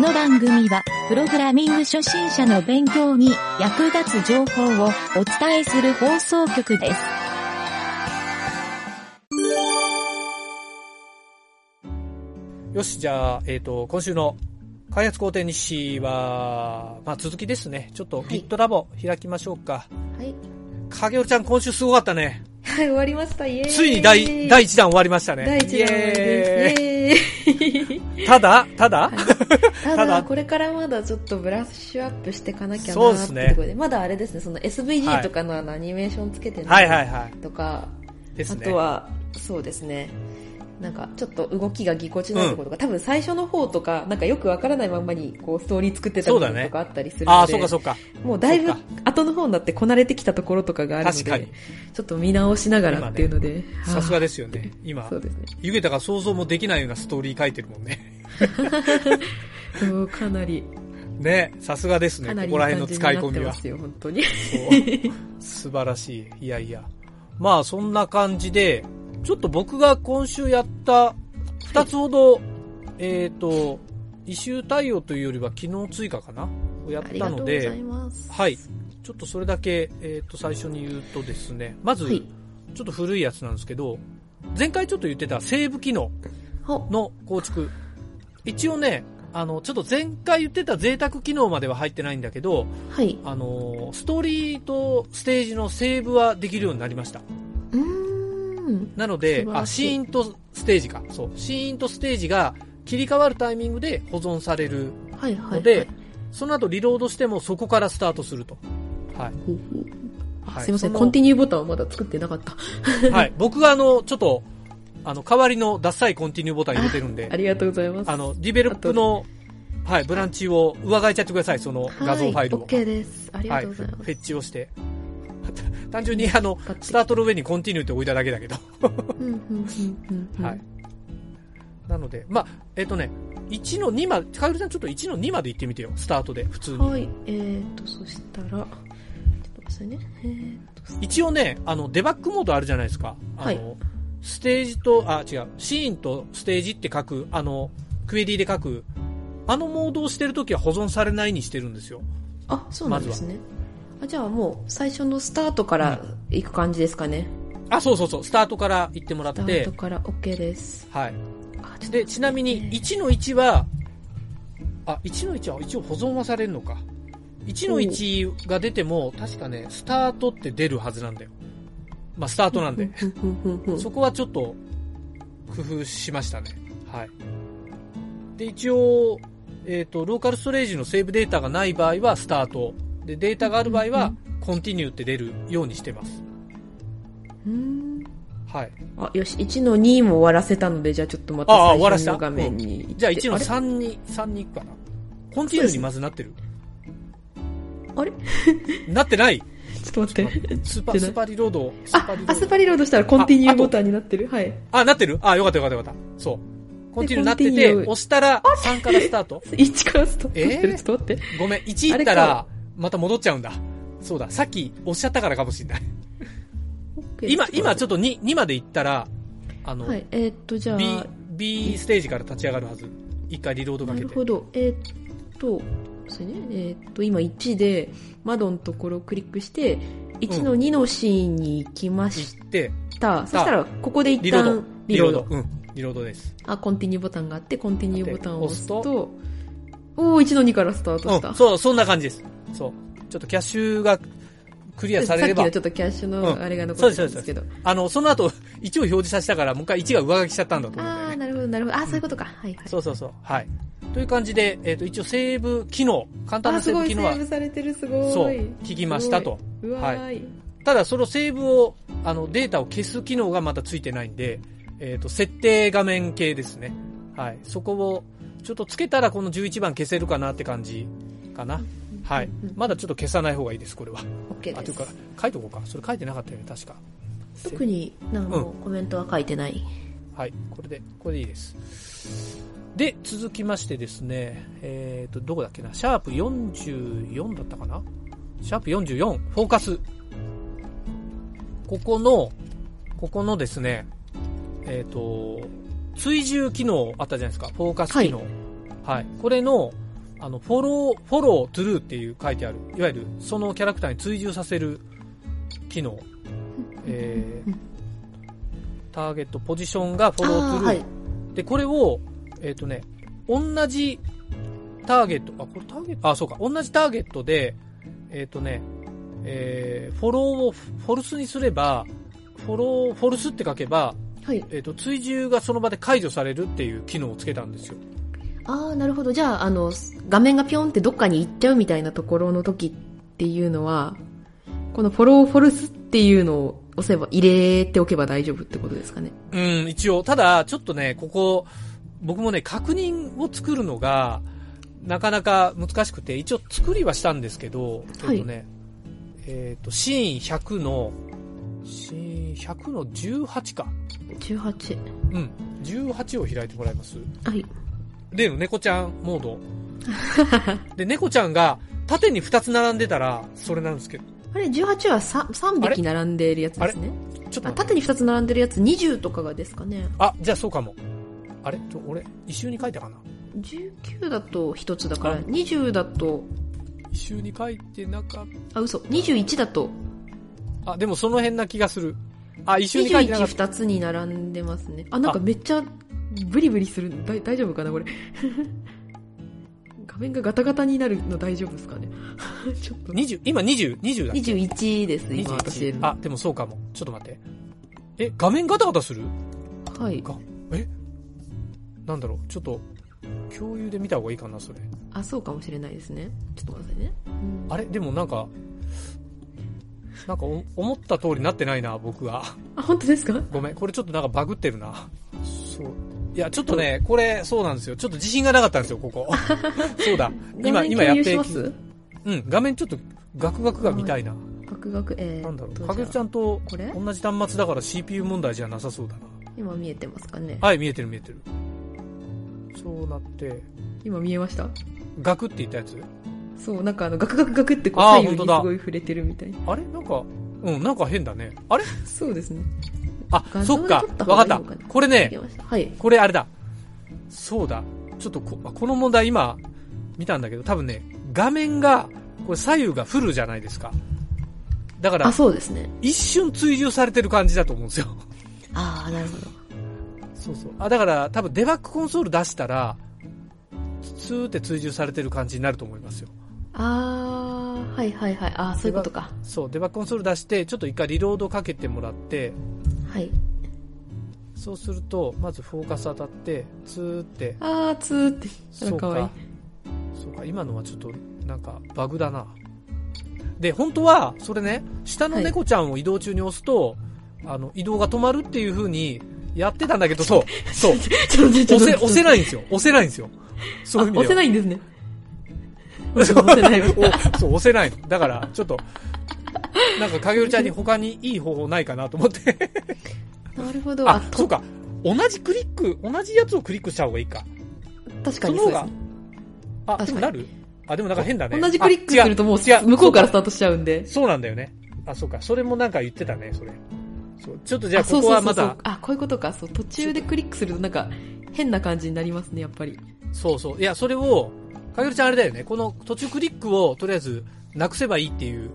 の番組は、プログラミング初心者の勉強に役立つ情報をお伝えする放送局です。よし、じゃあ、えっ、と、今週の開発工程日誌は、まあ、続きですね。ちょっとはい Git ラボ開きましょうか。はい。影尾ちゃん、今週すごかったね。はい、終わりました。イエーイ。ついに第第1弾終わりましたね。第一弾イエです。イエーイ。ーイただ、ただ、たただだ、これからまだちょっとブラッシュアップしていかなきゃなそーうでってすとこねろで、まだあれですね、そのはい SVG とかのあのアニメーションつけてなはいはいいはとか、い。ですあね。とは、そうですね。なんか、ちょっと動きがぎこちないところとか、多分最初の方とか、なんかよくわからないままに、こう、ストーリー作ってたそ部うだ分ねとかあったりするあのあ、で、そうかそうか。もうだいぶそっか後の方になってこなれてきたところとかがあるの確かにで、ちょっと見直しながらっていうので、はいさすがですよね。今そ、うですね。ゆげたが想像もできないようなストーリー書いてるもんね。 そうかなり、ね、さすがですね。かなこりこら辺のいい使感いじにな込ってみはま。すよ、本当に。そう 素晴らしい。いやいや。まあ、そんな感じで、ちょっと僕が今週やった二つほど、えっ、と、異臭対応というよりは機能追加かなをやっありがたとうのございで、ます。はい。ちょっとそれだけ、えっ、と、最初に言うとですね、まず、はいちょっと古いやつなんですけど、前回ちょっと言ってたセーブ機能ほの構築。一応ね、あの、ちょっと前回言ってた贅沢機能までは入ってないんだけど、はい。あのーストーリーとステージのセーブはできるようになりました。うーん。なので素、晴あ、らシしいーンとステージか。そう。シーンとステージが切り替わるタイミングで保存されるはいはい、はのい。で、その後リロードしてもそこからスタートすると。はい。ほうほうはいすいません、そのコンティニューボタンはまだ作ってなかった。はい。僕があの、ちょっと、あの、代わりのダッサいコンティニューボタン入れてるんで あ、りがとうございます。あの、ディベロップの、はい、ブランチを上書いちゃってください、その画像ファイルを。はい、OK です。ありがはい、とうフございます。ェッチをして。 単純にあの、使ってスタートの上にコンティニューって置いただけだけど。うんうんうんうん。はい。。なので、まあ、えっ、とね、1の2まで、かゆるさんちょっと1の2まで行ってみてよ、スタートで、普通に。はい、えーと、そしたら、ちょっと待ってね。えーと、一応ね、あの、デバッグモードあるじゃないですか。あの、はいステージと、あ、違う、シーンとステージって書く、あの、クエリで書く、あのモードをしてるときは保存されないにしてるんですよ。あ、そうなんですね。あじゃあもう、最初のスタートから行く感じですかね。あ、そうそうそう、スタートから行ってもらっスターてト、から OK です。はあ、い。ちょっと待ってで、ちなみに、1の1は、あ、1の1は一応保存はされるのか。1の1が出ても、確かね、スタートって出るはずなんだよ。まあ、スタートなんで。ふんふんふんふんそこはちょっと、工夫しましたね。はい。で、一応、えっ、と、ローカルストレージのセーブデータがない場合は、スタート。で、データがある場合うはん、コンティニューって出るようにしてます。うーんはい。あ、よし、1の2も終わらせたので、じゃあちょっとまたああ最終わら初せたの画面に行って。じゃあ、1のあ3に、3に行くかな。コンティニューにまずなってる。れあれなってないちょっと待って。スーパじー、ゃないスーパーリロード。スーパーあリロー、ドあスパリロードしたらコンティニューボタンになってる。はい。あ、なってるあ、よかったよかったよかった。そう。コンティニューなってコンティて、ニュー押したら3からスタート。 1からスタートしてる。えーちょっと待って。ごめん、1行ったら、また戻っちゃうんだ。そうだ、さっきおっしゃったからかもしれない。今、今ちょっっと2、2まで行ったら、あの、はい、えーっと、じゃあ、 B、B ステージから立ち上がるはず。一回リロードかなけるて。ほど。えーっと、そうね。えーっと、今1で、窓のところをクリックして、1の2のシーンに行きまし行って、た。そしたら、ここで一リロード旦。リロード。うん、リロードです。あ、コンティニューボタンがあって、コンティニューボタンを押す押と、すおお、1の2からスタートうした。ん、そう、そんな感じです。そう。ちょっとキャッシュがクリアささっれきればのちょっとキャッシュうんのあれが残ってたんですけど。あの、その後、1を表示させたから、もう一回1が上書きしちゃったんだと思うんだよあねあ、。なるほど、なるほど。あーそういうことか。はいはい。そうそうそう。はい。という感じで、えっ、と、一応セーブ機能、簡単あなーセすーごブい、機セ能はー、ブされてる、すごい。そう、聞きましたと。すごい。うわーい。ただ、そのセーブを、あの、データを消す機能がまだついてないんで、えっ、と、設定画面系ですね。はい。そこを、ちょっとつけたらこの11番消せるかなって感じかな。はいうん。まだちょっと消さない方がいいです、これは。 OK あ、でというかす。、書いとこうか。それ書いてなかったよね、確か。特に何もコメントは書いてない。はい、これで、これでいいです。で、続きましてですね、えっ、と、どこだっけな、シャープ44だったかなシャープ44、フォーカス。ここの、ここのですね、えっ、と、追従機能あったじゃないですか、フォーカス機能。はい。これの、あの、フォロー、フォロー、トゥルーっていう書いてある、いわゆるそのキャラクターに追従させる機能。えーターゲットポジションがフォロートゥルー。はい。で、これを、えっ、とね、同じターゲット、あ、これターゲットあ、そうか、同じターゲットで、えっ、とね、えーフォローをフフォルスにすれば、フォロー、フォルスって書けば、はい。えっ、と、追従がその場で解除されるっていう機能をつけたんですよ。ああ、なるほど。じゃあ、あの、画面がピョンってどっかに行っちゃうみたいなところの時っていうのは、このフォローフォルスっていうのを押せば、入れておけば大丈夫ってことですかね。うん、一応。ただ、ちょっとね、ここ、僕もね、確認を作るのが、なかなか難しくて、一応作りはしたんですけど、はいえっとね、えっ、と、シーン100の、シーン100の18か。 18。うん、18を開いてもらいます。はい。例の猫ちゃんモ ード。で、猫ちゃんが縦に2つ並んでたら、それなんですけど、あれ、18は 3, あ3れ匹並んでいるやつですね。ちょっとあ待って。縦に2つ並んでるやつ20とかがですかね。あ、じゃあそうかも。あれちょ、俺、一周に書いたかな19だと1つだかあら、20だと、一周に書いてなかった。あ、嘘。21だと、あ、でもその辺な気がする。あ、一緒に書いてなか21った。 2つに並んでますね。あ、なんかめっちゃブリブリする。だい大丈夫かなこれ。 画面がガタガタになるの大丈夫ですかね ちょっと。 20、今20、20だ。 21です、今私21。あ、でもそうかも。ちょっと待って。え、画面ガタガタするはい。が、えなんだろう。ちょっと、共有で見た方がいいかな、それ。あ、そうかもしれないですね。ちょっと待ってね。うんあれでもなんか、なんかお思った通りなってないな、僕は。 あ、本当ですかごめん。これちょっとなんかバグってるな。そう。いや、ちょっとね、これ、そうなんですよ。ちょっと自信がなかったんですよ、こ こ。そうだ。今、今や画面共って有しますうん、画面ちょっと、ガクガクが見たいな。ガクガク、えー、なんだろとう、かげるちじゃゃんとこれ同じ端末だから CPU 問題じゃなさそうだな。あ今見えてますかねはい、見えてる見えてる。そうなって、今見えましたガクって言ったやつそう、なんかあの、ガクガクガクってこうあ左ー右に本す当だごい触れてるみたいな。あれなんか、うん、なんか変だね。あれそうですね。あ、画像そっかで撮った、方がわかいいっのたかな。これ見えね、ましたはい。これあれだ。そうだ。ちょっとこ、この問題今、見たんだけど、多分ね、画面が、これ左右がフルじゃないですか。だかあ、ら、そうですね。一瞬追従されてる感じだと思うんですよ。ああ、なるほど。そうそう。あ、だから、多分デバッグコンソール出したら、スーって追従されてる感じになると思いますよ。ああ、はいはいはい。ああ、そういうことか。そう、デバッグコンソール出して、ちょっと一回リロードかけてもらって、はい。そうすると、まずフォーカス当たって、ツーって、ああ、つーって。あそら、うかわいいか。、そうか、今のはちょっと、なんか、バグだな。で、本当は、それね、下の猫ちゃんを移動中に押すと、あの、移動が止まるっていう風に、やってたんだけ ど、そう、そう、ちょっと待って、ちょ押っとせ、待って押せないんですよ、押せないんですよ。そういう意味であは。押せないんですね。押 せないそう、押せないの。だから、ちょっと、なんか、影るちゃんに他にいい方法ないかなと思って。なるほど。ああ、、とそうか。同じクリック、同じやつをクリックした方がいいか。確かにそうですね。あ、確でかもになるあ、でもなんか変だね。同じクリックするともうあ違う向こうからそスタートしちゃうんでう。そうなんだよね。あ、そうか。それもなんか言ってたね、それ。そう。ちょっとじゃあ、そこうこそうはそうまそうた、あ、こういうことか。そう、途中でクリックするとなんか変な感じになりますね、やっぱり。そうそう。いや、それを、影るちゃんあれだよね。この途中クリックを、とりあえず、なくせばいいっていう、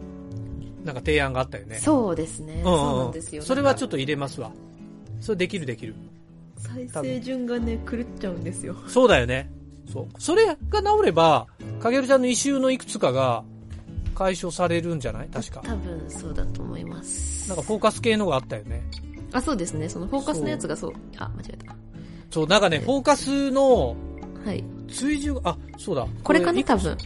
なんか提案があったよね。そうですね。んんんそうなんですよ。それはちょっっと入れますわ。それできるできる。と。再生順がね、狂っちゃうんですよ。そうだよね。そう。それが治れば、かげるちゃんの異臭のいくつかが解消されるんじゃない確か。多分そうだと思います。なんかフォーカス系のがあったよね。あ、そうですね。そのフォーカスのやつがそう。あ、間違えた。そう、なんかね、フォーカスのはい。追従が、あ、そうだ。これかな、いく多分。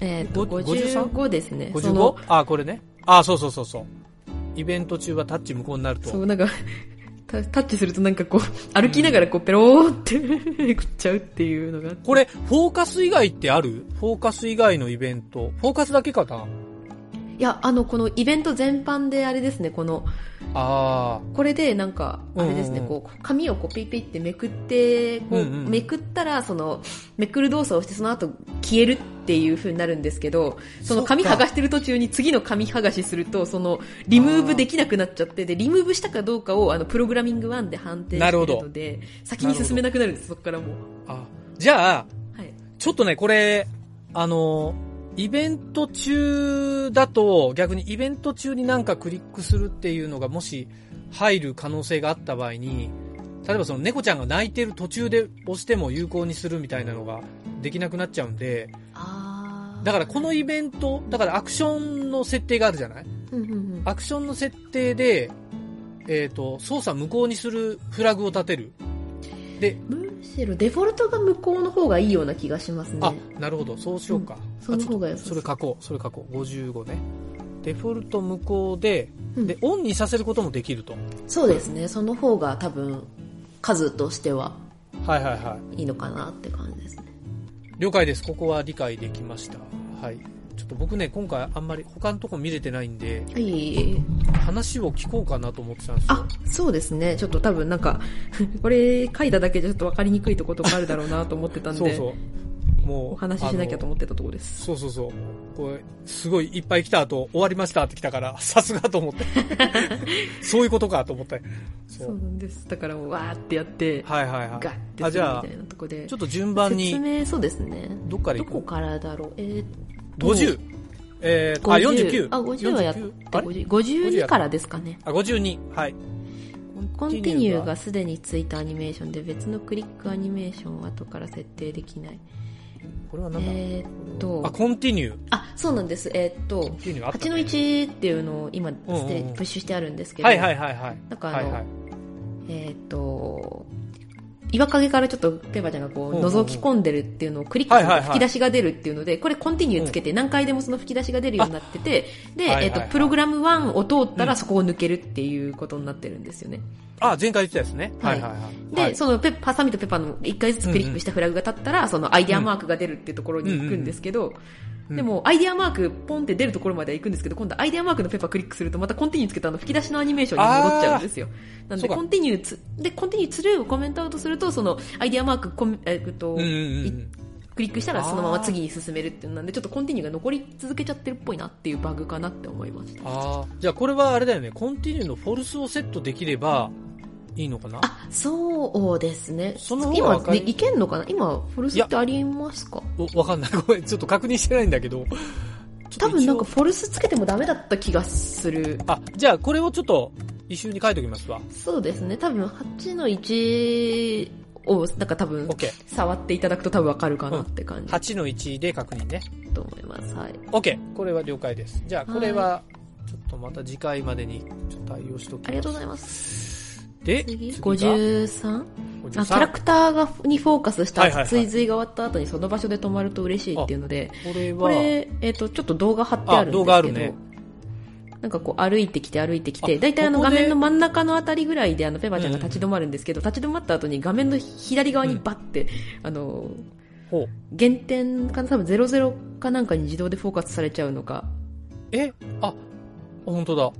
えっ、と、ご53 55ですね。その ?55? あ、これね。あ、そうそうそうそう。イベント中はタッチ無効になるそと。う、なんかタ、タッチするとなんかこう、歩きながらこう、ペローって、 めくっちゃうっていうのが。これ、フォーカス以外ってあるフォーカス以外のイベント。フォーカスだけかないや、あの、このイベント全般であれですね、この、あこれでなんか、あれですね、うんうんうこう、紙をこう、ピッピッってめくって、こう、うんうんめくったら、その、めくる動作をして、その後消えるっていう風になるんですけど、その紙そっか剥がしてる途中に次の紙剥がしすると、その、リムーブできなくなっちゃって、で、リムーブしたかどうかを、あの、プログラミング1で判定してなるるほどので、先に進めなくなるんです、そこからもう。あ。あ、じゃあ、はい。ちょっとね、これ、あの、イベント中だと、逆にイベント中になんかクリックするっていうのがもし入る可能性があった場合に、例えばその猫ちゃんが泣いてる途中で押しても有効にするみたいなのができなくなっちゃうんで、あだからこのイベント、だからアクションの設定があるじゃないうんうんうんアクションの設定で、えっ、と、操作無効にするフラグを立てる。で、むしろデフォルトが向こうの方がいいような気がしますねあ、なるほど、そうしようか。その方が良さそそれう書こう、それ書こう。55ね。デフォルト無効で、うんで、オンにさせることもできると。そうですねその方が多分数としてははいはいはいいのかなって感じですねい。了解です。ここは理解できました。はい。ちょっと僕ね、今回あんまり他のとこ見れてないんで、はい話を聞こうかなと思ってたんですよあ。そうですねちょっと多分なんか これ書いただけじゃちょっと分かりにくいとことかあるだろうなと思ってたんでそうそう。もう。お話ししなきゃと思思ってたところですそうそうそう。これ、すごいいっぱい来た後、終わりましたって来たから、 さすが と思って。そういうことかと思って。そそうう。なんですだからわーってやって、はいはいガはッてするあみじゃあたいなとこでい。ちょっと順番説に、明そうですねどっからど行こくからだろうえーっと ?50。えー、あ、50 49。あ50はやって49あれ50 52からですかねあ、52。はい。コンティニューがすでについたアニメーションで別のクリックアニメーションを後から設定できないこれはなんだ、えーっとあ、コンティニュー。あそうなんですえーっとコンティニューあった8ね、の1っていうのを今うんうんステプッシュしてあるんですけど、はいはいはいはい。なんかはあいの、はい。えーっと岩陰からちょっとペーパーちゃんがこうんううんうん覗き込んでるっていうのをクリックするはいはいとは吹いき出しが出るっていうのでこれコンティニューつけて何回でもその吹き出しが出るようになっててで、はいはいはいえーっとプログラム1を通ったらそこを抜けるっていうことになってるんですよね、あ、前回言ってたやつね。はいはいはい。で、はいそのペハサミとペッパーの1回ずつクリックしたフラグが立ったら、そのアイデアマークが出るっていうところに行くんですけど、うんでも、アイデアマーク、ポンって出るところまでは行くんですけど、今度アイデアマークのペッパークリックすると、またコンティニューつけたあの吹き出しのアニメーションに戻っちゃうんですよ。なんそで、うかコンティニューつ、で、コンティニューつるをコメントアウトすると、そのアイデアマークコメ、えっと、うんうんうん。クリックしたらあーそのまま次に進めるっていうのなんで、ちょっとコンティニューが残り続けちゃってるっぽいなっていうバグかなって思いました。あーじゃあこれはあれだよね。コンティニューのフォルスをセットできればいいのかなあ、そうですね。その方が今、わかね、りいけんのかな今、フォルスってありますかおわかんない。 ごめん。ちょっと確認してないんだけど。多分なんかちょっフォルスつけてもダメだった気がすると一応。あ、じゃあこれをちょっと一周に書いておきますわ。そうですね。多分8の1を、なんか多分 OK。触っていただくと多分わかるかなって感じだ8の1で確認ね。と思います。はい。 OK。これは了解です。じゃあこれは、ちょっとまた次回までにちょっと対応しときます。ありがとうございます。で、次、が 53? あ、キャラ53。クターがにフォーカスしはいはいはたい追随が終わった後にその場所で止まると嬉しいっていうので、これは、これ、えっ、と、ちょっと動画貼ってあるんですけど、あ動画あるねなんかこう歩いてきて歩いてきて、あだいたいあのここ画で面の真ん中のあたりぐらいであのペパちゃんが立ち止まるんですけど、立ち止まった後に画面の左側にバッて、あの、ほう減点かな多分00かなんかに自動でフォーカスされちゃうのか。えあ、本当だ。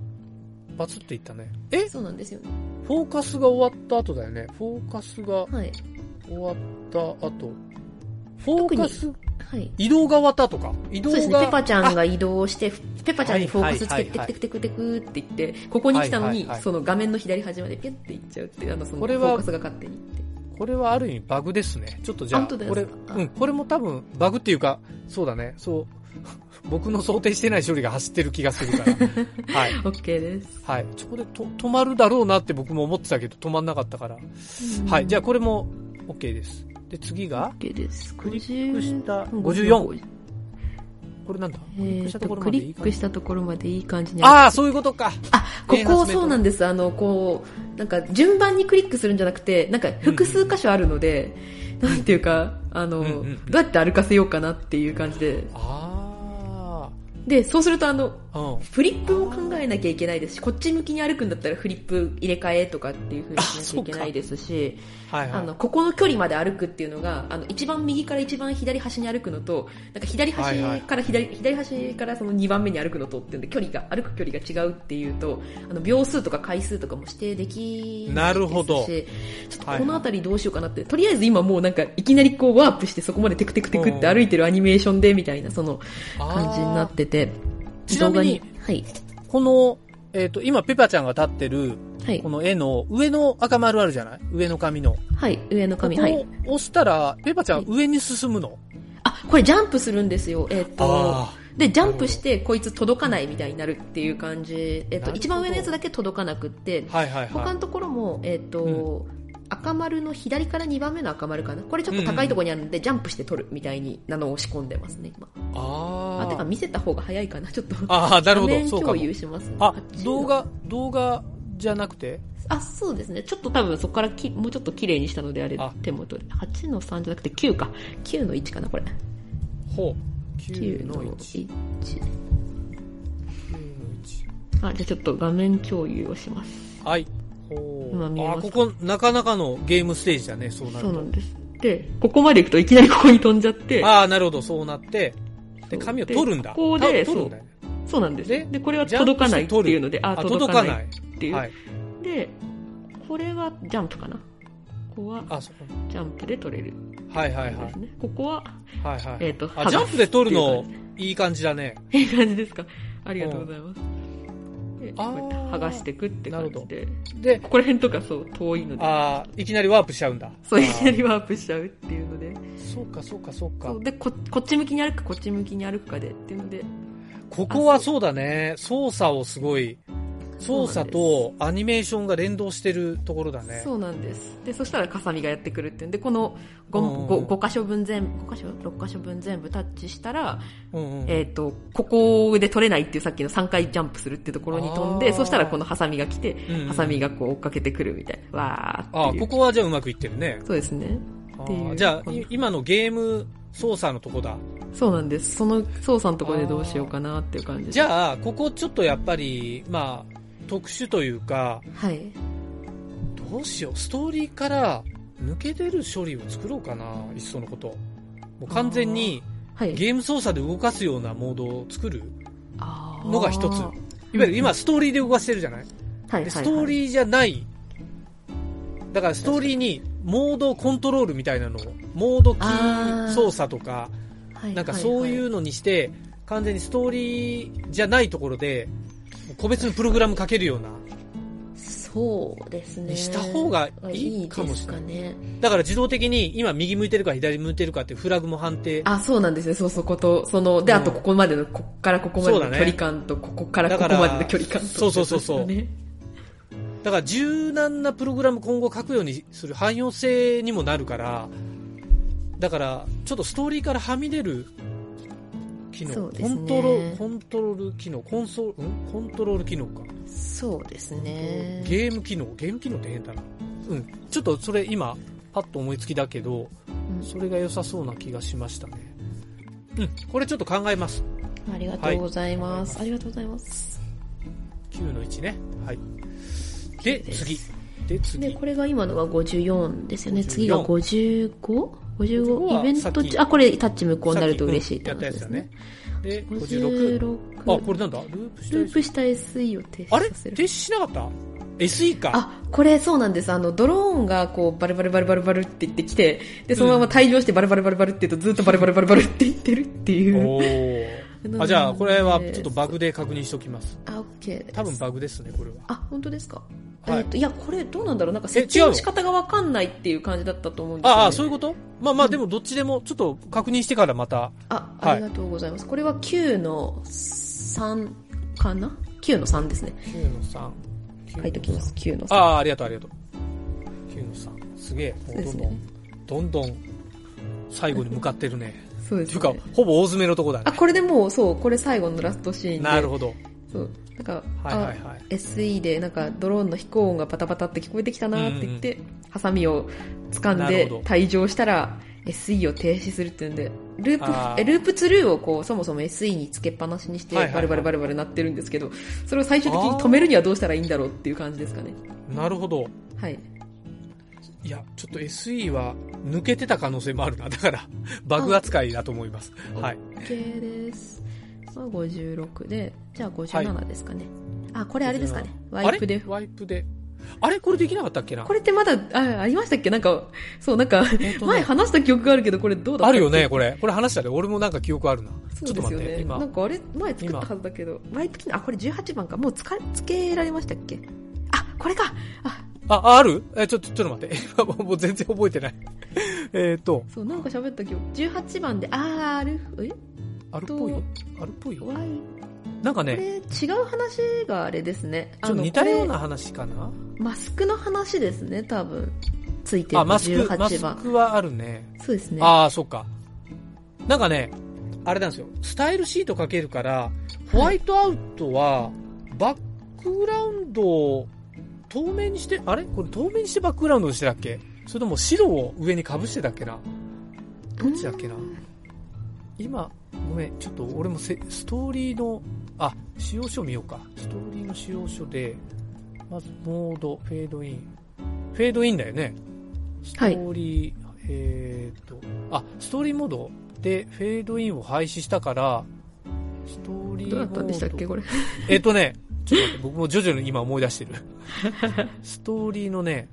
バツっていったね。えそうなんですよね。フォーカスが終わった後だよね。フォーカスがはい。終わった後。フォーカス、はい。移動が終わった後か。移動そうが。ですね、ペパちゃんあが移動して、ペパちゃんにフォーカスつはいけはいはいて、はテクいテクテクテクって言って、ここに来たのはいにはいはい、その画面の左端までピュッて行っちゃうっていう、あの、そのこフォれはーカスが勝手に行って。これはある意味バグですね。ちょっとじゃあ、本当ですこれ、あうん、これも多分バグっていうか、そうだね。そう。 僕の想定してない処理が走ってる気がす るから。はい。 OK です。はい。そこでと止まるだろうなって僕も思ってたけど、止まんなかったから。はい。じゃあこれも OK です。で、次が、 OK です。クリックした54 54。これなんだえクリックしたーとことろクまでいリいッかクしたところまでいい感じにああ、そういうことか。こエンハラこスメントそうなんです。あの、こう、なんか順番にクリックするんじゃなくて、なんか複数箇所あるので、なんていうか、あの、うんうんうんどうやって歩かせようかなっていう感じで。あで、そうするとあの、あ。うん。フリップも考えなきゃいけないですし、こっち向きに歩くんだったらフリップ入れ替えとかっていう風にしなきゃいけないですし、はいはい。あの、ここの距離まで歩くっていうのが、あの、一番右から一番左端に歩くのと、なんか左端から左、左端からその2番目に歩くのとっていうんで、距離が、歩く距離が違うっていうと、あの、秒数とか回数とかも指定できないるほどですしちょっとはいこのあたりどうしようかなって、とりあえず今もうなんか、いきなりこうワープしてそこまでテクテクテクって歩いてるアニメーションで、みたいな、その、感じになっあてて、ーちなみに動画、はい、ーこの、えっ、と、今、ペパちゃんが立ってる、はいこ、の絵の上の赤丸あるじゃない上の紙の。はい、上のここ紙、はい。を押したら、ペパちゃんはい上に進むの。あ、これジャンプするんですよ。えっ、と、あで、ジャンプして、こいつ届かないみたいになるっていう感じ。えっ、なるほと、ど一番上のやつだけ届かなくって、あ。はいはい他はのところも、えっ、と、赤丸の左から2番目の赤丸かな。これちょっと高いところにあるんで、ジャンプして取るみたいになのを仕込んでますね、今。い。ああ、てかー見せた方が早いかな、ちょっと。あー、なるほ画ど。面そうか共も。有しますね。あっち、の動画、動画じゃなくてあ、そうですね。ちょっと多分そこからきもうちょっと綺麗にしたので、あれあ、手元で。8の3じゃなくて9か。9の1かな、これ。ほう。9 9のの1。 1。 9のあ、じゃあちょっと画面共有をします。 1。はい。ほ今見う。えあまー、すここ、なかなかのゲームステージだね、そうなるそうなと。んです。で、ここまで行くといきなりここに飛んじゃって、ああ、なるほど、そうなって。そで、う紙を取るんだ。でここであ取るんだよね。そうなんです。でで、これは届かないっていうので、あ、あ、届届かかなないい。っていう。はい。で、これはジャンプかな。ここはあ、そう。ジャンプで取れるはいはいはいで。すね。ここは、はいはい。えっ、と、あ、ジャンプで取るの、いい感じだね。いい感じですか。ありがとうございます。であこうーやって剥がしていくって感じで。で、ここら辺とかそう、遠いので。あーいきなりワープしちゃうんだ。そう、いきなりワープしちゃうっていうので。あーそうかそうかそうかそう。でこ、こっち向きに歩くか、こっち向きに歩くかでっていうので。ここはそうだね。操作をすごい。操作とアニメーションが連動してるところだね。そうなんです。で、そしたら、かさみがやってくるっていうんで、このうんうん 5, 5, 箇所分全部、5箇所 ?6 箇所分全部タッチしたら、うんうん。えっ、と、ここで取れないっていうさっきの3回ジャンプするっていうところに飛んあで、ーそしたらこのハサミが来てうんうん、ハサミがこう追っかけてくるみたいな。わあーっあ、ていう。ここはじゃあうまくいってるね。そうですね。あっていーうじゃあ、い今のゲーム操作のとこだ。そうなんです。その操作のところでどうしようかなっていう感じです。じゃあ、ここちょっとやっぱり、まあ、特殊というか、はい。どうしよう、ストーリーから抜け出る処理を作ろうかな、いっそのこと。もう完全にはい。ゲーム操作で動かすようなモードを作る。ののが一ついわゆる今、ストーリーで動かしてるじゃないはい、でストーー。リーじゃない。だからストーリーにモードコントロールみたいなのを、モードキあーー操作とか、はいなんかそういはうのにして、完全にストーリーじゃないところで、個別のプログラムかけるような、いそうですね。にした方がいいかもしれない。いですかね。だから自動的に今右向いてるか左向いてるかっていうフラグも判定。あ、そうなんですね。そうそうこと、その、で、あとここまでの、こっからここまでそのうだね距離感と、ここからだこかこらまでの距離感と。そうそうそうそうねだから柔軟なプログラム今後書くようにする汎用性にもなるから、だからちょっとストーリーからはみ出る機能、そうでコすねントロール、コントロール機能、コンソール、んコントロール機能か。そうですね。ゲーム機能、ゲーム機能って変だな。うん。ちょっとそれ今、パッと思いつきだけど、うんそれが良さそうな気がしましたね。うん。これちょっと考えます。ありがとうございます。はいありがとうございます。 9の1ね。はい。で、です次。で、で、次。これが今のが54ですよね。 54次が 55?55 はイベンさっトき中、あ、これタッチ無効になると嬉しいってさっこきとうんやでったやすつだねね。。で、56。 56。あ、これなんだループしたループした SE を停止あれさせる。停止しなかった ?SE か。あ、これそうなんです。あの、ドローンがこう、バルバルバルバルバルって言ってきて、で、そのまま退場してバルバルバルバルって言うとずっとバルバルバルバルって言ってるっていう。お ー。あ、じゃあ、これはちょっとバグで確認しておきます。あ、オッケーです。多分バグですね、これは。あ、本当ですか、はいえっ、と、いや、これどうなんだろうなんかえ違う設定の仕方がわかんないっていう感じだったと思うんですよ、ね。ああ、そういうことまあまあ、でもどっちでも、ちょっと確認してからまた。あ、はあいりがとうございます。これは9の3かな ?9 の3ですね。 9の3。書いときます。。9の3。ああ、ありがとう、ありがとう。9の3。すげえ。もうどんどん、どんどん、最後に向かってるね。 そうでてすいうね。か、ほぼ大詰めのとこだあ、ね。これでもう、そう、これ最後のラストシーンで。なるほど。そう。なんか、はいはいはい。あ SE でなんかドローンの飛行音がパタパタって聞こえてきたなって言って、ハサミを掴んなるでほど退場したら SE を停止するっていうんで、ルあーープ、えループツルーをこうそもそも SE につけっぱなしにしてはいはいはバいルバルバルバルなってるんですけど、それを最終的に止めるにはどうしたらいいんだろうっていう感じですかね。なるほど。はい。いや、ちょっと SE は抜けてた可能性もあるな。 だから、バグ扱いだと思います。はい。 OK です。まあ56で、じゃあ57ですかね。あ、これあれですかね。ワイプであれ。ワイプで。あれこれできなかったっけなこれってまだ、あ、ありましたっけなんか、そう、なんか、当だ前話した記憶があるけど、これどうだったあっけるよね、これ。これ話したね。俺もなんか記憶あるな。そうちでょっすよと待って。ね。今な。んかあれ、前作ったはずだけど、ワイプ機能、あ、これ18番か。もうつか、つけられましたっけあ、これかあ、 あ、ああるえ、ちょ、ちょ、ちょっと待って。今もうもう全然覚えてない。 えっと、そう、なんか喋ったけど、18番で、あー、あれ、えあるっぽいよ。あるっぽいよ。怖い。なんかこね、れ、違う話があれですね。ちょっと似たような話かな。これマスクの話ですね、多分。ついてるあ、マスク、マ18ス番。クはあるね。そうですね。ああ、そっか。なんかね、あれなんですよ。スタイルシートかけるから、ホワイトアウトは、バックグラウンドを透明にして、あれこれ透明にしてバックグラウンドにしてたっけそれとも白を上に被してたっけなどっちだっけな今、ごめん、ちょっと俺もせストーリーの、あ、使用書見ようか。ストーリーの使用書で、まずモード、フェードイン。フェードインだよね。ストはいーリー、えーっと、あ、ストーリーモードでフェードインを廃止したから、ストーリーモード。どうだったんでしたっけ、これ。えっとね、ちょっと待って、僕も徐々に今思い出してる。 ストーリーのね、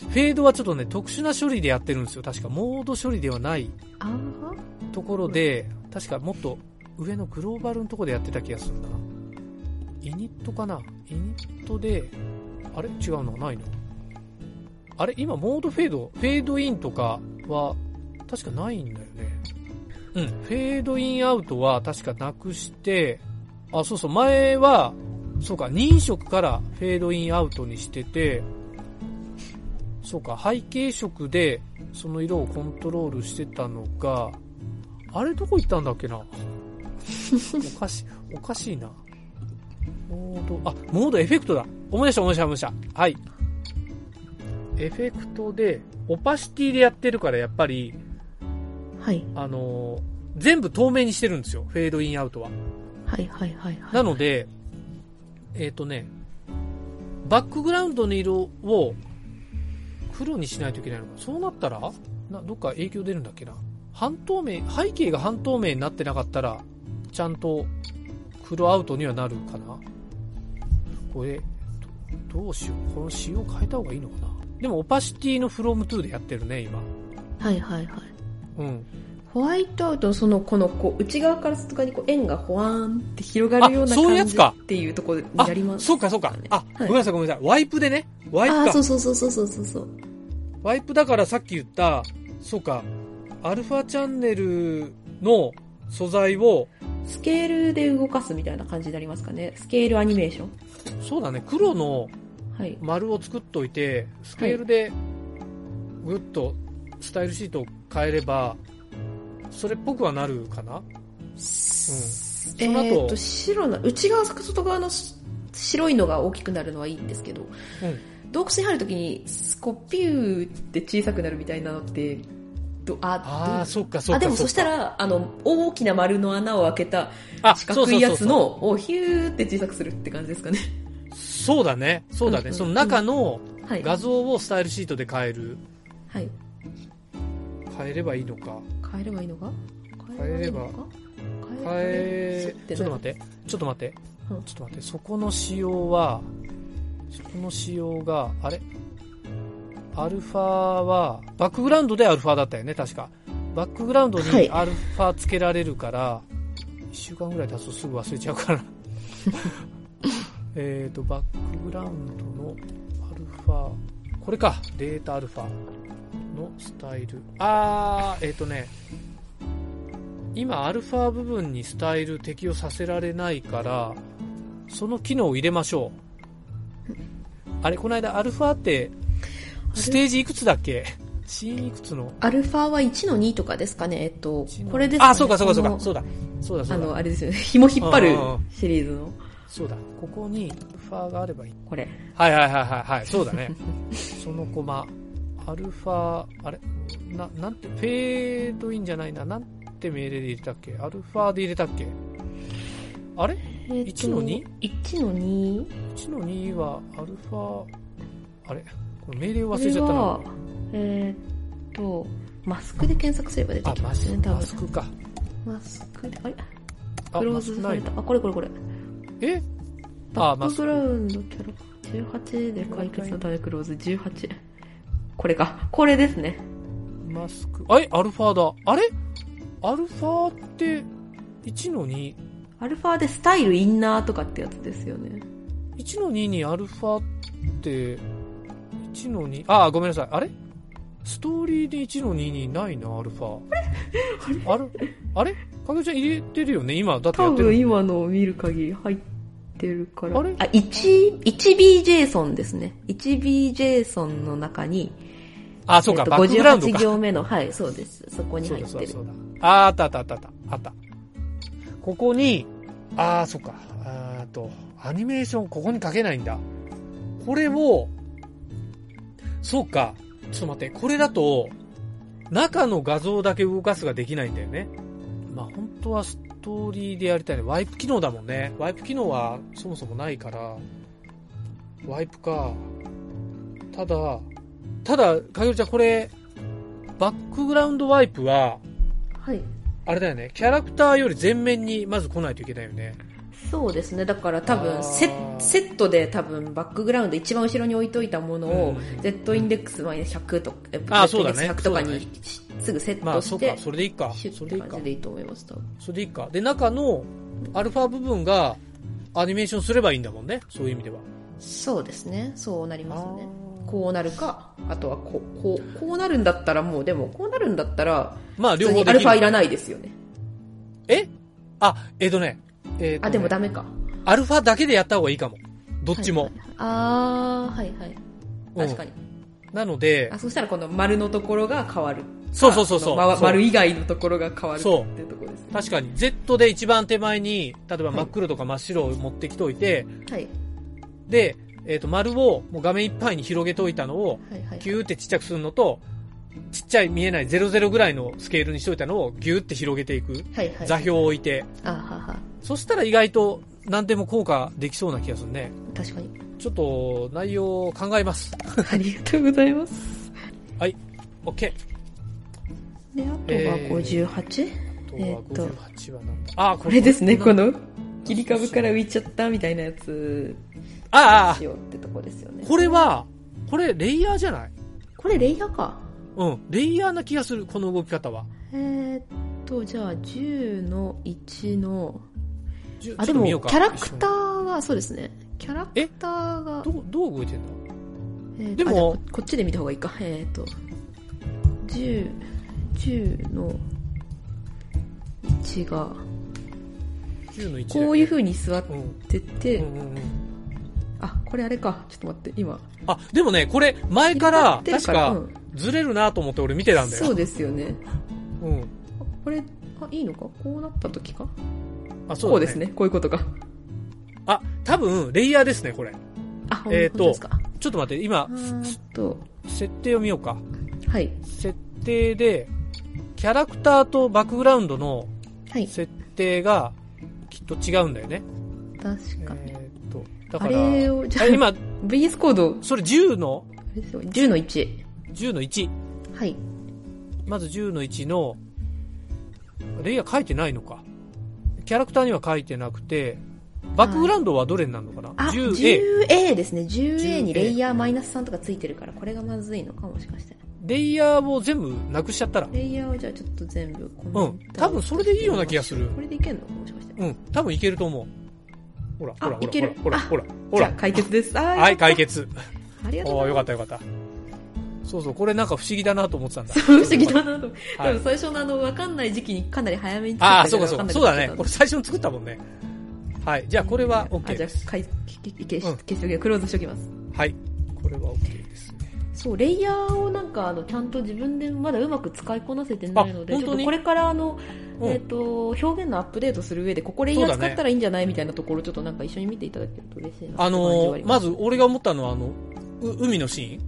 フェードはちょっとね、特殊な処理でやってるんですよ。確か、モード処理ではないあーところで、確かもっと上のグローバルのところでやってた気がするな。イニットかなイニットで、あれ違うのないのあれ今、モードフェード、フェードインとかは、確かないんだよね。うん、フェードインアウトは確かなくして、あ、そうそう、前は、そうか、2色からフェードインアウトにしてて、そうか、背景色でその色をコントロールしてたのが、あれどこ行ったんだっけなおかし、おかしいな。モード、あ、モードエフェクトだ。思い出した思い出した思い出した。はい。エフェクトで、オパシティでやってるからやっぱり、はい。あのー全部透明にしてるんですよ。フェードインアウトは。はいはいはいはい。なので、えっ、とね、バックグラウンドの色を黒にしないといけないのか。そうなったら、などっか影響出るんだっけな。半透明、背景が半透明になってなかったら、ちゃんと黒アウトにはなるかな。これ、どどうしよう。この仕様変えた方がいいのかな。でも、オパシティのフロム2でやってるね、今。はいはいはい。うん。ホワイトアウトのその、この、こう、内側から外側にこう、円がほわーんって広がるようなあそういうや感つじかっていうところにあなりま、す。そうかそうか。あ、ごめんなさいごめんなさい。ワイプでね。ワイプあか。あ、そうそうそうそうそうそうそう。ワイプだからさっき言った、そうか、アルファチャンネルの素材を、スケールで動かすみたいな感じになりますかね。スケールアニメーション。そうだね、黒のはい。丸を作っといて、スケールでぐっとスタイルシートを変えれば、それっぽくはなるかなえの後ーっと、白の、内側、外側のし白いのが大きくなるのはいいんですけど、洞窟に入るときに、コピューって小さくなるみたいなのって、どあ、どうああ、そっかそっか。あ、でもっかそした、ら、あの、大きな丸の穴を開けたあ四角いやつ。そうそうそうそうのをヒューって小さくするって感じですかね。 そうだね、そうだうんうんね。うんその中のはい。画像をスタイルシートで変える。はい。変えればいいのか。変えればいいのか変えればいいのか変えてちょっとな待ってちょっと待って、うんちょっと待ってそこの仕様はそこの仕様があれアルファはバックグラウンドでアルファだったよね確かバックグラウンドはにいアルファつけられるから、1週間ぐらい経つとすぐ忘れちゃうから えっとバックグラウンドのアルファこれかデータアルファのスタイルあーえっ、とね今アルファ部分にスタイル適用させられないからその機能を入れましょうあれこの間アルファってステージいくつだっけシーンいくつのアルファは1の2とかですかねえっと一、のこれですか、ね、あそうかそうかそうこかのそうだそうだそあうの、だあれですよね。紐引っ張うるんうんうんシリーズの、そうだここにアルファがあればいいこれ。はいはいはいはい、はい、そうだね そのコマアルファあれななんてフェードインじゃないななんて命令で入れたっけアルファで入れたっけあれえっと一の二 ?1 の 2? 1の2はアルファあれこれ命令こ忘れれちゃったなは、えっと、マスクで検索すれば出てあきマまスすね、多マ分ス。クかマスクで、あれあクローマスクズなされいた。あ、これこれこれ。えあバックグラウンドキャラ18で解決のためクローズ18。これか。これですね。マスクあえアルファだあれアルファって1の21アルファでスタイルインナーとかってやつですよね。の2にアルファって1の2あごめんなさいあれストーリーで1の2にないな、アルファ。あれあれかげちゃん入れてるよね今、だってや多ってる。分今のを見る限り入ってるから。あれあ、1、1BJSON ですね。1BJSON の中に、あ、そうか、えっとバックグラウンド58か。行目の、はい、そうです。そこにそう入だっそてうだるそ。うだ。ああったあったあったあった。あった。ここに、ああ、そっか。あーっと、アニメーションここに書けないんだ。これを、そうか。ちょっと待って、これだと、中の画像だけ動かすができないんだよね。まあ本当はストーリーでやりたいね。ワイプ機能だもんね。ワイプ機能はそもそもないから、ワイプか。ただ、ただ、かよりちゃんこれ、バックグラウンドワイプは、はい。あれだよね、キャラクターより前面にまず来ないといけないよね。そうですね。だから多あー分セ、セットで多分バックグラウンド一番後ろに置いといたものを、Z インデックスマイナス100とか、あー Z インデックス100そとうだかねにしすぐセッまあトそしうて、か、それでいいか。シュそッれてでいい感かじ。でいいと思います、多分。それでいいか。で、中のアルファ部分がアニメーションすればいいんだもんね。そういう意味では。そうですね。そうなりますね。あーこうなるか、あとはこう、こう、こうなるんだったらもう、でも、こうなるんだったら、まあ、普両通方にでアきルるファいらないですよね。えあ、えっ、とね。えっとねあ、でもダメか。アルファだけでやった方がいいかも。どっちも。はいはいはいあー、はいはい。うん確かに。なのであ、、そしたらこの丸のところが変わる。そうそうそうそうあのまそう丸以外のところが変わるそうっていうところですね。確かに Z で一番手前に、例えば真っ黒とか真っ白を持ってきておいて、はい。で、えっ、と、丸をもう画面いっぱいに広げておいたのを、はいはい。ギューってちっちゃくするのと、ちっちゃい見えない00ぐらいのスケールにしといたのをギューって広げていく。はいはい。座標を置いて。あはは。そしたら意外と何でも効果できそうな気がするね。確かに。ちょっと内容を考えます。ありがとうございます。 OK。で、あとはえー 58?、あとえーはっと58はなんだ。あ、ここれですね、こ。あの、切り株から浮いちゃったみたいなやつあしようってとこですよねあ、。これは、これレイヤーじゃないこれレイヤーか。うん。レイヤーな気がする、この動き方は。えーっと、じゃあ10の1の、じゅあ、ちでょっとも見ようキかャラクターが、そうですね。キャラクターが一緒、にどう、どう動いてんだえーでもあじゃあここっちで見た方がいいか。えーっと、10、10の1が、 ?10 の1こういうう風に座っうん。てて、うんうんうん。あ、これあれか。ちょっと待って、今。あ、でもね、これ、前から、切り替わっ確てるからか、ずれるなと思って俺見てたんだよ。そうですよね。うん。あこれ、あ、いいのかこうなった時かあ、こそうう,、です。ね。こういうことか。あ、多分、レイヤーですね、これ。あ、ほんえーっ本当とですか。ちょっと待って、今あ、ーっと、設定を見ようか。はい。設定で、キャラクターとバックグラウンドのはい。設定が、きっと違うんだよね。え確かに。ーっと、だかあら、れを、じゃああ、今、 VS コード、それ10の、あれですよ10の1。 10の1。はい。まず10の1の、レイヤー書いてないのか。キャラクターには書いてなくて、バックグラウンドはどれになるのかなあ、 10A。 10A ですね。10A に 10A レイヤーマイナス3とかついてるから、これがまずいのかもしかして。レイヤーを全部なくしちゃったら。レイヤーをじゃあちょっと全部コメントうん多分それでいいような気がするこれでいけんのもしかして。うん、多分いけると思う。ほら、あほら、ほいけらる、ほら、あほら、ほじゃあら。解決です。あーはい、よかっ解決。たありがとうおごー、ざいよまかす。ったよかった。そうそう、これなんか不思議だなと思ってたんだ。不思議だなと。は多い分最初のあの、わかんない時期にかなり早めにああ、作そったうからそうわか。んなくそうだなっちゃっねたん。これ最初に作ったもんね。はい、じゃあこれは OK あ、じゃであす。、かい、きききうん決してクローズしときます。はい、これは OK ですね。そう、レイヤーをなんか、あの、ちゃんと自分でまだうまく使いこなせてないので、あ本ちょ当にっとこれからあの、うんえっ、と、表現のアップデートする上で、ここレイヤそーうだ使ねったらいいんじゃないみたいなところ、ちょっとなんか一緒に見ていただけると嬉しいなって感あじはのあーりまます。ず俺が思ったのは、あの、う海のシ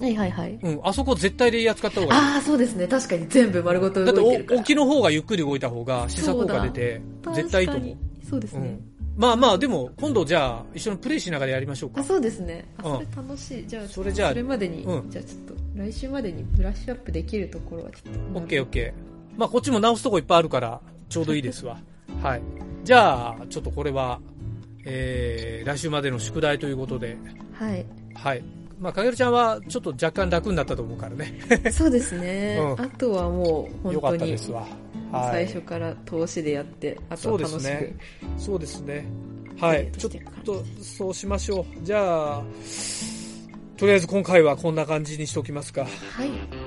はいはいはい。ーン。うん、あそこ絶対レイヤー使った方がいい。ああ、そうですね。確かに全部丸ごとだって動いてるかおら。沖の方がゆっくり動いた方が示唆効果出て、絶対いいと思う確。かに。そうですうね。ん。まあまあ、でも、今度じゃあ、一緒にプレイしながらやりましょうかあ、。そうですね。あ、うんそれ楽しい。じゃあ、それじゃあそれまでに、うんじゃあちょっと、来週までにブラッシュアップできるところはちょっと。オッケーオッケー。まあ、こっちも直すとこいっぱいあるから、ちょうどいいで すわ。はい。じゃあ、ちょっとこれは、えー、来週までの宿題ということで、はい。はい。まあ、かげるちゃんは、ちょっと若干楽になったと思うからね。。そうですねうんあとはもう、よかっ本当たでにすわ。は最い初。から投資でやって、あとは楽しく。そうですねそうですね。はリレい。ーとちしょっていく感じと、そうしましょう。じゃあ、とりあえず今回はこんな感じにしておきますか。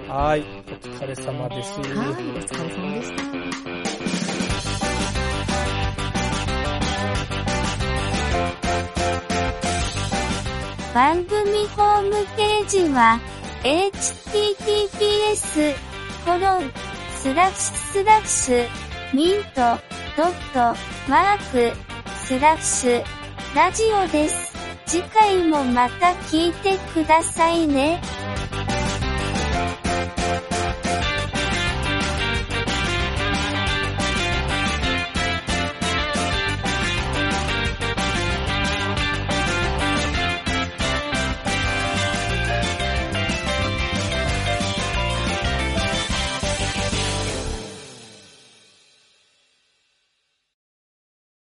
はい。はい。お疲れ様です。はい。お疲れ様でした。番組ホームページは、https, コロン、スラッシュスラッシュ、ミント、ドット、マーク、スラッシュ、ラジオです。次回もまた聞いてくださいね。